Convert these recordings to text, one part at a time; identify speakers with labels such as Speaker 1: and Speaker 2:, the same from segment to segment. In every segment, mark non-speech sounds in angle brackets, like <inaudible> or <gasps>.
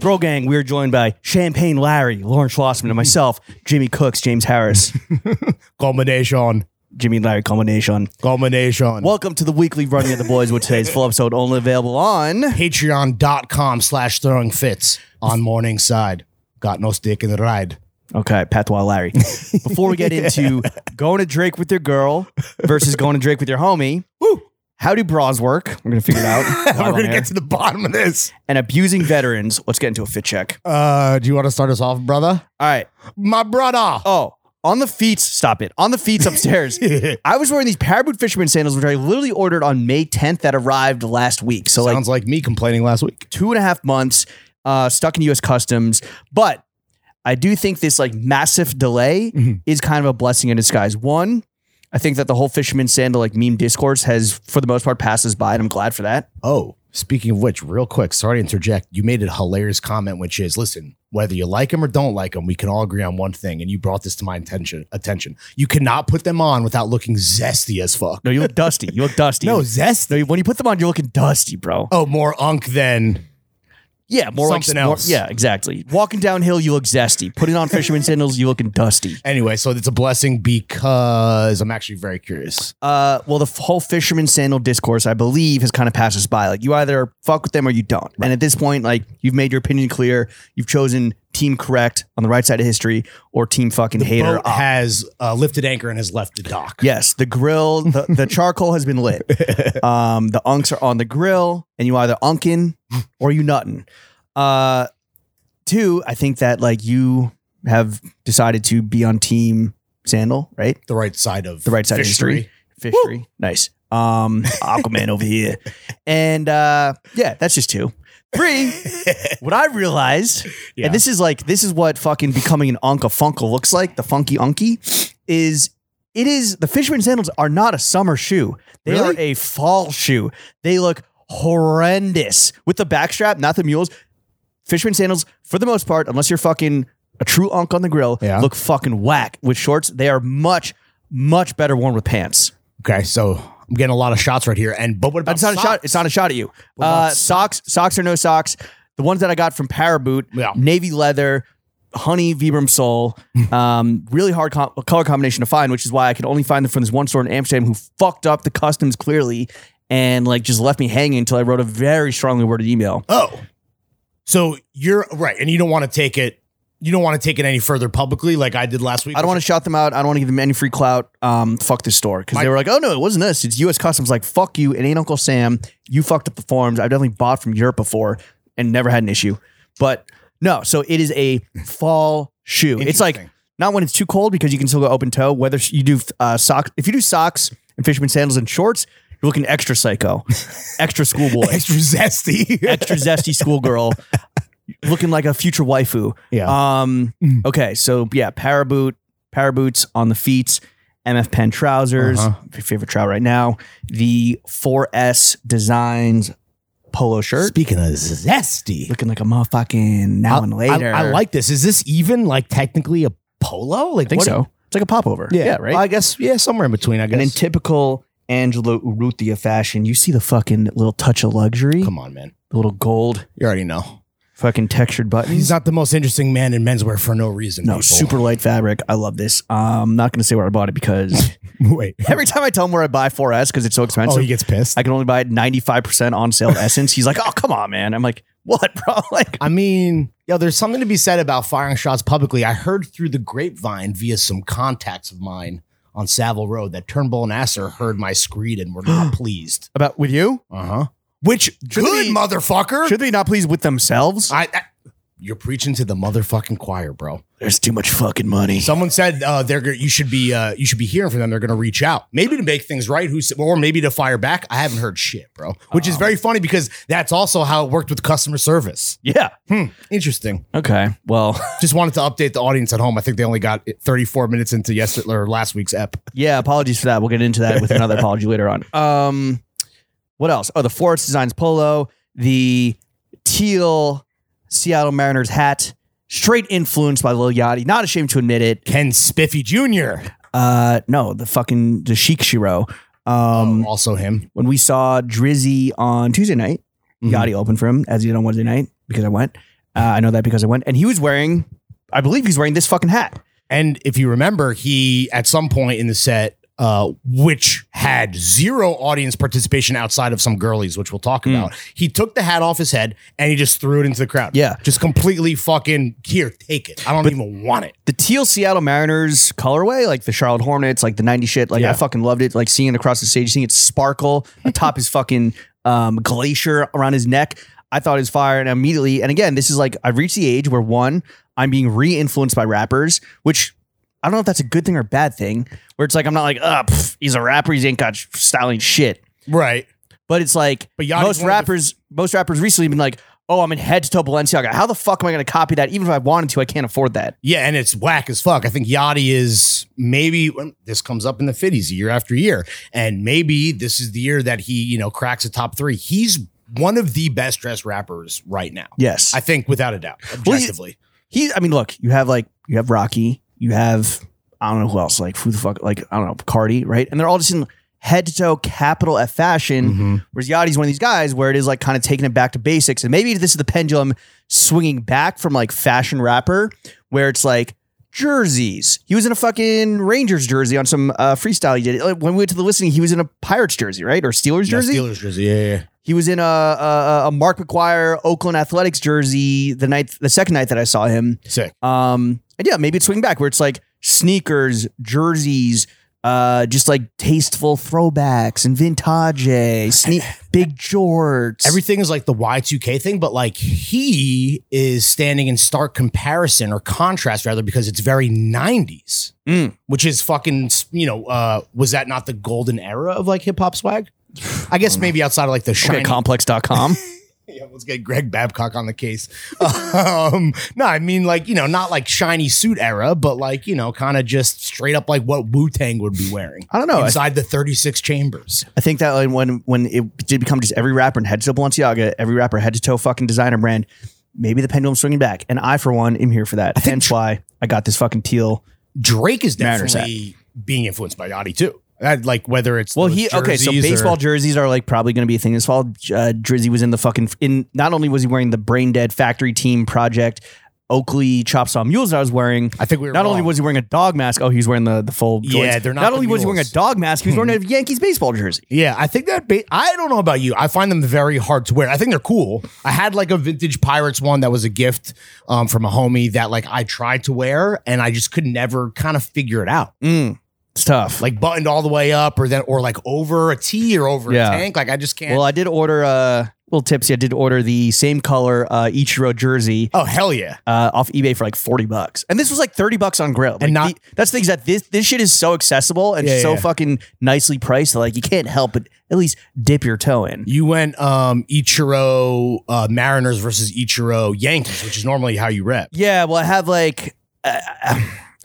Speaker 1: Throw Gang, we are joined by Champagne Larry, Lauren Schlossman, and myself, Jimmy Cooks, James Harris, <laughs>
Speaker 2: Combination.
Speaker 1: Jimmy and Larry combination.
Speaker 2: Combination.
Speaker 1: Welcome to the weekly Running of the Boys with today's full episode only available on.
Speaker 2: Patreon.com slash throwing fits on morning side. Got no stick in the ride.
Speaker 1: Okay, Patois Larry. <laughs> Before we get into going to Drake with your girl versus going to Drake with your homie,
Speaker 2: Woo.
Speaker 1: how do bras work? We're going to figure it <laughs> out.
Speaker 2: <laughs> We're
Speaker 1: Live on
Speaker 2: going to
Speaker 1: air.
Speaker 2: get to the bottom of this.
Speaker 1: and abusing veterans. Let's get into a fit check.
Speaker 2: Uh, do you want to start us off, brother?
Speaker 1: All right.
Speaker 2: My <laughs> brother.
Speaker 1: Oh, on the feet. Stop it. On the feet <laughs> upstairs. I was wearing these Paraboot Fisherman sandals, which I literally ordered on May 10th that arrived last week. So, like,
Speaker 2: Sounds like me complaining last week.
Speaker 1: two and a half months uh, stuck in U.S. Customs. But I do think this like massive delay
Speaker 2: Mhm.
Speaker 1: is kind of a blessing in disguise. One, I think that the whole fisherman sandal like meme discourse has, for the most part, passes by, and I'm glad for that.
Speaker 2: Oh, speaking of which, real quick, sorry to interject. You made a hilarious comment, which is listen, whether you like them or don't like them, we can all agree on one thing. And you brought this to my attention. Attention. You cannot put them on without looking zesty as fuck.
Speaker 1: No, you look dusty. You look dusty.
Speaker 2: No,
Speaker 1: no,
Speaker 2: zest.
Speaker 1: you- when you put them on, you're looking dusty, bro.
Speaker 2: Oh, more unk than
Speaker 1: Yeah, more
Speaker 2: Something
Speaker 1: like more-
Speaker 2: else.
Speaker 1: yeah, exactly. Walking downhill, you look zesty. Putting on fisherman sandals, you looking dusty.
Speaker 2: anyway. So it's a blessing because I'm actually very curious.
Speaker 1: Uh, well, the f- whole fisherman sandal discourse, I believe, has kind of passed us by. Like, you either fuck with them or you don't. And at this point, like, you've made your opinion clear. You've chosen team correct on the right side of history or team fucking hater.
Speaker 2: Boat
Speaker 1: up.
Speaker 2: has uh, lifted anchor and has left the dock.
Speaker 1: <laughs> yes, the grill, the, the charcoal has been lit. Um, the unks are on the grill, and you either unking or you nutting. Uh, two, I think that like you have decided to be on team sandal, right?
Speaker 2: The right side of
Speaker 1: The right side of
Speaker 2: fishery.
Speaker 1: history. Fishery. Nice. Um, Aquaman over
Speaker 2: <laughs>
Speaker 1: here. And uh, yeah, that's just two. Three, what I realized,
Speaker 2: Yeah.
Speaker 1: and this is like, this is what fucking becoming an Unka Funkle looks like, the funky Unky, is it is the fisherman sandals are not a summer shoe. They
Speaker 2: Really?
Speaker 1: are a fall shoe. They look horrendous with the backstrap, not the mules. Fisherman sandals, for the most part, unless you're fucking a true Unk on the grill,
Speaker 2: Yeah.
Speaker 1: look fucking whack. With shorts, they are much, much better worn with pants.
Speaker 2: <laughs> Okay, so I'm getting a lot of shots right here. And but what about
Speaker 1: It's not a shot.
Speaker 2: socks?
Speaker 1: It's not a shot at you.
Speaker 2: What about
Speaker 1: Uh, socks, socks or no socks. The ones that I got from Paraboot,
Speaker 2: Yeah.
Speaker 1: navy leather, honey Vibram sole. Um, really hard com- color combination to find, which is why I could only find them from this one store in Amsterdam who fucked up the customs clearly and like just left me hanging until I wrote a very strongly worded email.
Speaker 2: Oh, so you're right, and you don't want to take it. You don't want to take it any further publicly, like I did last week.
Speaker 1: I don't want to shout them out. I don't want to give them any free clout. Um, fuck this store because
Speaker 2: My-
Speaker 1: they were like, "Oh no, it wasn't us. It's U.S. Customs." Like, fuck you. It ain't Uncle Sam. You fucked up the forms. I've definitely bought from Europe before and never had an issue. But no, so it is a fall shoe. It's like
Speaker 2: <laughs> Interesting.
Speaker 1: not when it's too cold because you can still go open toe. Whether you do uh, socks, if you do socks and fisherman sandals and shorts, you're looking extra
Speaker 2: <laughs>
Speaker 1: psycho, extra schoolboy,
Speaker 2: extra zesty.
Speaker 1: extra zesty schoolgirl, looking like a future waifu.
Speaker 2: <laughs> yeah.
Speaker 1: Um. Okay. So yeah, paraboot, paraboots on the feet, MF Pen trousers,
Speaker 2: Uh-huh.
Speaker 1: your favorite trout right now. The 4S designs polo shirt,
Speaker 2: Speaking of zesty,
Speaker 1: looking like a motherfucking now and
Speaker 2: I-
Speaker 1: later.
Speaker 2: I, like this. Is this even like technically a polo? Like
Speaker 1: I think
Speaker 2: what-
Speaker 1: so. It's like a popover.
Speaker 2: Yeah,
Speaker 1: right.
Speaker 2: I guess yeah, somewhere in between. I guess.
Speaker 1: and in typical Angelo Urrutia fashion, you see the fucking little touch of luxury,
Speaker 2: Come on, man.
Speaker 1: the little gold
Speaker 2: You already know
Speaker 1: fucking textured buttons.
Speaker 2: he's not the most interesting man in menswear for no reason.
Speaker 1: No,
Speaker 2: people.
Speaker 1: super light fabric. I love this. I'm um, not going to say where I bought it
Speaker 2: <laughs>
Speaker 1: because
Speaker 2: <laughs> Wait.
Speaker 1: every time I tell him where I buy 4S because it's so expensive,
Speaker 2: Oh, he gets pissed.
Speaker 1: I can only buy it 95% on <laughs> sale at Essence. He's like, oh, come on, man. I'm like, what, <laughs> bro? Like,
Speaker 2: I mean, yo, there's something to be said about firing shots publicly. I heard through the grapevine via some contacts of mine on Savile Road that Turnbull and Asser heard my screed and were <gasps> not pleased.
Speaker 1: about with you?
Speaker 2: Uh huh. Which
Speaker 1: Should
Speaker 2: good
Speaker 1: they-
Speaker 2: motherfucker.
Speaker 1: Should they not please with themselves?
Speaker 2: I, I- you're preaching to the motherfucking choir, bro.
Speaker 1: There's too much fucking money.
Speaker 2: Someone said uh, they're go- you should be uh, you should be hearing from them. They're going to reach out, maybe to make things right, who's or maybe to fire back. I haven't heard shit, bro. Which is very funny because that's also how it worked with customer service.
Speaker 1: Yeah.
Speaker 2: Hmm, interesting.
Speaker 1: Okay. Well, <laughs>
Speaker 2: Just wanted to update the audience at home. I think they only got 34 minutes into yesterday or last week's ep.
Speaker 1: yeah, apologies for that. We'll get into that with another <laughs> apology later on. Um, what else? Oh, the Forest Designs polo, the teal Seattle Mariners hat, straight influenced by Lil Yachty. Not ashamed to admit it.
Speaker 2: Ken Spiffy Jr.
Speaker 1: Uh, no, the fucking, the Chic Shiro. Um,
Speaker 2: also him.
Speaker 1: when we saw Drizzy on Tuesday night,
Speaker 2: Mhm.
Speaker 1: Yachty opened for him as he did on Wednesday night because I went. Uh, I know that because I went, and he was wearing, I believe he's wearing this fucking hat.
Speaker 2: And if you remember, he at some point in the set, uh, which had zero audience participation outside of some girlies, which we'll talk
Speaker 1: Mm.
Speaker 2: about, he took the hat off his head and he just threw it into the crowd.
Speaker 1: Yeah.
Speaker 2: Just completely fucking here, take it. I don't even want it.
Speaker 1: The teal Seattle Mariners colorway, like the Charlotte Hornets, like the 90 shit, like
Speaker 2: Yeah.
Speaker 1: I fucking loved it. Like seeing it across the stage, seeing it sparkle atop his fucking um, glacier around his neck. I thought it was fire. And immediately, and again, this is like, I've reached the age where one, I'm being re influenced by rappers, which I don't know if that's a good thing or a bad thing, where it's like, I'm not like, oh, pff, he's a rapper, he's ain't got sh- styling shit.
Speaker 2: Right.
Speaker 1: But it's like
Speaker 2: But Yachty's
Speaker 1: most
Speaker 2: one of the-
Speaker 1: rappers, most rappers recently have been like, "Oh, I'm in head to toe Balenciaga. How the fuck am I going to copy that? Even if I wanted to, I can't afford that."
Speaker 2: Yeah, and it's whack as fuck. I think Yachty is maybe well, this comes up in the fifties year after year, and maybe this is the year that he you know cracks a top three. He's one of the best dressed rappers right now.
Speaker 1: Yes,
Speaker 2: I think without a doubt,
Speaker 1: Well, you-
Speaker 2: objectively.
Speaker 1: he. I mean, look, you have like you have Rocky, you have I don't know who else, like who the fuck, like I don't know Cardi, right? And they're all just in head to toe capital F fashion.
Speaker 2: Mm-hmm.
Speaker 1: Whereas Yachty's one of these guys where it is like kind of taking it back to basics, and maybe this is the pendulum swinging back from like fashion rapper, where it's like jerseys. He was in a fucking Rangers jersey on some uh, freestyle he did. Like, When we went to the listening, he was in a Pirates jersey, right, or Steelers
Speaker 2: Yeah,
Speaker 1: jersey.
Speaker 2: Steelers jersey. Yeah, yeah.
Speaker 1: He was in a, a a Mark McGuire Oakland Athletics jersey the night the second night that I saw him.
Speaker 2: yeah. Sick.
Speaker 1: Um, and yeah, maybe it's swing back where it's like sneakers, jerseys, uh, just like tasteful throwbacks and vintage,
Speaker 2: <laughs>
Speaker 1: sneak big jorts.
Speaker 2: Everything is like the Y2K thing, but like he is standing in stark comparison or contrast rather because it's very 90s,
Speaker 1: Mm.
Speaker 2: which is fucking, you know, uh, was that not the golden era of like hip hop swag? I guess maybe outside of like the shiny.
Speaker 1: okay, complex.com.
Speaker 2: <laughs> yeah, let's get Greg Babcock on the case. um, no, I mean like, you know, not like shiny suit era, but like, you know, kind of just straight up like what Wu Tang would be wearing
Speaker 1: <laughs> I don't know. I,
Speaker 2: inside the 36 chambers.
Speaker 1: I think that like when when it did become just every rapper in head to toe Balenciaga, every rapper head to toe fucking designer brand, maybe the pendulum swinging back. And I, for one, am here for that. Hence why I got this fucking teal.
Speaker 2: Drake is
Speaker 1: Matters
Speaker 2: definitely being influenced by Yachty too. That, like whether it's
Speaker 1: Well,
Speaker 2: those
Speaker 1: he okay. So
Speaker 2: jerseys or-
Speaker 1: baseball jerseys are like probably going to be a thing this fall. Uh, Drizzy was in the fucking in. Not only was he wearing the Brain Dead Factory Team Project Oakley Chop Saw Mules that I was wearing.
Speaker 2: I think we were
Speaker 1: Not only
Speaker 2: wrong.
Speaker 1: was he wearing a dog mask. Oh, he was wearing the the full.
Speaker 2: Yeah,
Speaker 1: joints.
Speaker 2: they're not
Speaker 1: Not
Speaker 2: the
Speaker 1: only was he wearing a
Speaker 2: mules.
Speaker 1: dog mask, he was
Speaker 2: <laughs>
Speaker 1: wearing a Yankees baseball jersey.
Speaker 2: yeah, I think that ba- I don't know about you. I find them very hard to wear. I think they're cool. I had like a vintage Pirates one that was a gift um, from a homie that like I tried to wear and I just could never kind of figure it out.
Speaker 1: Mm, it's tough.
Speaker 2: Like buttoned all the way up or then or like over a T or over
Speaker 1: Yeah.
Speaker 2: a tank. Like I just can't.
Speaker 1: well, I did order uh, little tipsy. I did order the same color uh, Ichiro jersey.
Speaker 2: oh hell yeah!
Speaker 1: uh, off eBay for like 40 bucks. And this was like 30 bucks on grill. Like,
Speaker 2: And not-
Speaker 1: the- that's the things that this this shit is so accessible and
Speaker 2: Yeah,
Speaker 1: so
Speaker 2: yeah.
Speaker 1: fucking nicely priced that like you can't help but at least dip your toe in.
Speaker 2: You went um Ichiro uh, Mariners versus Ichiro Yankees, which is normally how you rep.
Speaker 1: Yeah, well I have like uh, <sighs>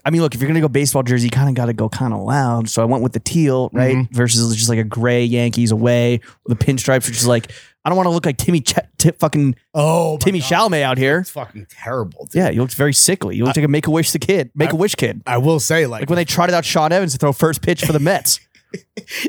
Speaker 1: I mean look, if you're going to go baseball jersey, you kind of got to go kind of loud. So I went with the teal, right? Versus just like a gray Yankees away, the pinstripes which is like I don't want to look like Timmy Ch- Ti- fucking
Speaker 2: Oh, my
Speaker 1: Timmy
Speaker 2: God.
Speaker 1: Chalamet out here.
Speaker 2: It's fucking terrible. Dude.
Speaker 1: Yeah, you looked very sickly. You looked like a Make a Wish the kid, Make a Wish kid.
Speaker 2: I will say, like,
Speaker 1: Like when they trotted out Sean Evans to throw first pitch for the Mets.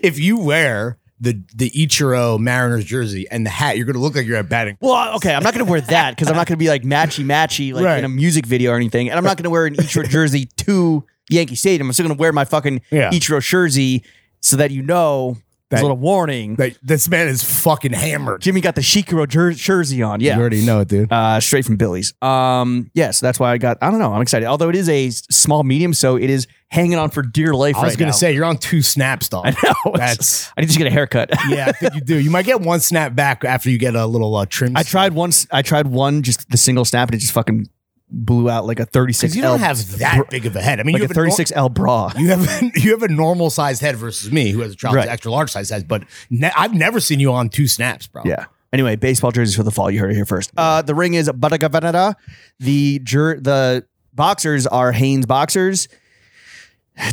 Speaker 2: if you wear the the Ichiro Mariners jersey and the hat, you're gonna look like you're at batting.
Speaker 1: Well, okay, I'm not going to wear that because I'm not going to be like matchy matchy like
Speaker 2: Right.
Speaker 1: in a music video or anything, and I'm not going to wear an Ichiro jersey to Yankee Stadium. I'm still going to wear my fucking
Speaker 2: Yeah.
Speaker 1: Ichiro jersey so that you know. There's
Speaker 2: That-
Speaker 1: a little warning.
Speaker 2: Like, this man is fucking hammered.
Speaker 1: Jimmy got the Shikiro jer- jersey on. Yeah,
Speaker 2: already know it, dude.
Speaker 1: uh, straight from Billy's. Um, yeah, so that's why I got. I don't know. I'm excited. Although it is a s- small medium, so it is hanging on for dear life.
Speaker 2: I was
Speaker 1: right
Speaker 2: gonna
Speaker 1: now.
Speaker 2: say you're on two snaps,
Speaker 1: <laughs>
Speaker 2: dog.
Speaker 1: I know.
Speaker 2: <laughs> That's
Speaker 1: I need to get a
Speaker 2: <laughs>
Speaker 1: haircut.
Speaker 2: yeah, I think you do. You might get one snap back after you get a little uh, trim.
Speaker 1: I tried once. I tried one, just the single snap, and it just fucking blew out like a 36.
Speaker 2: because you don't
Speaker 1: L-
Speaker 2: have that big of a head. I mean,
Speaker 1: like
Speaker 2: you
Speaker 1: a
Speaker 2: have nor-
Speaker 1: 36 L bra.
Speaker 2: you have a, <laughs> you have a normal sized head versus me, who has a child's
Speaker 1: Right.
Speaker 2: extra large size head. But ne- I've never seen you on two snaps, bro.
Speaker 1: Yeah. Anyway, baseball jerseys for the fall. You heard it here first. Uh, the ring is Badagavanada. The jer- the boxers are Haynes boxers.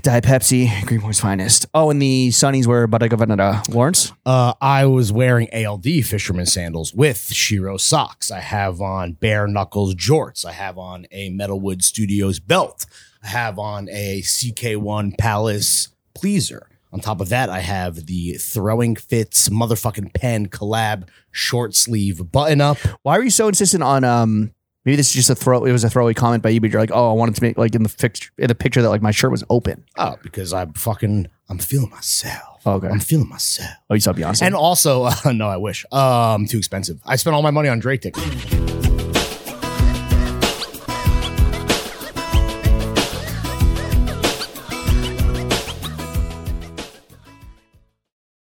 Speaker 1: Diet Pepsi, Greenpoint's finest. Oh, and the Sunnies were Badagavanada. Lawrence.
Speaker 2: Uh, I was wearing ALD fisherman sandals with Shiro socks. I have on bare knuckles jorts. I have on a Metalwood Studios belt. I have on a CK1 Palace pleaser. On top of that, I have the Throwing Fits motherfucking pen collab short sleeve button up.
Speaker 1: Why were you so insistent on um Maybe this is just a throw. It was a throwaway comment by you, but you're like, oh, I wanted to make like in the picture, in the picture that like my shirt was open.
Speaker 2: Oh, because I'm fucking, I'm feeling myself.
Speaker 1: Oh, Okay.
Speaker 2: I'm feeling myself.
Speaker 1: Oh, you saw Beyonce.
Speaker 2: <laughs> And also, uh, no, I wish. Um, too expensive. I spent all my money on Drake tickets.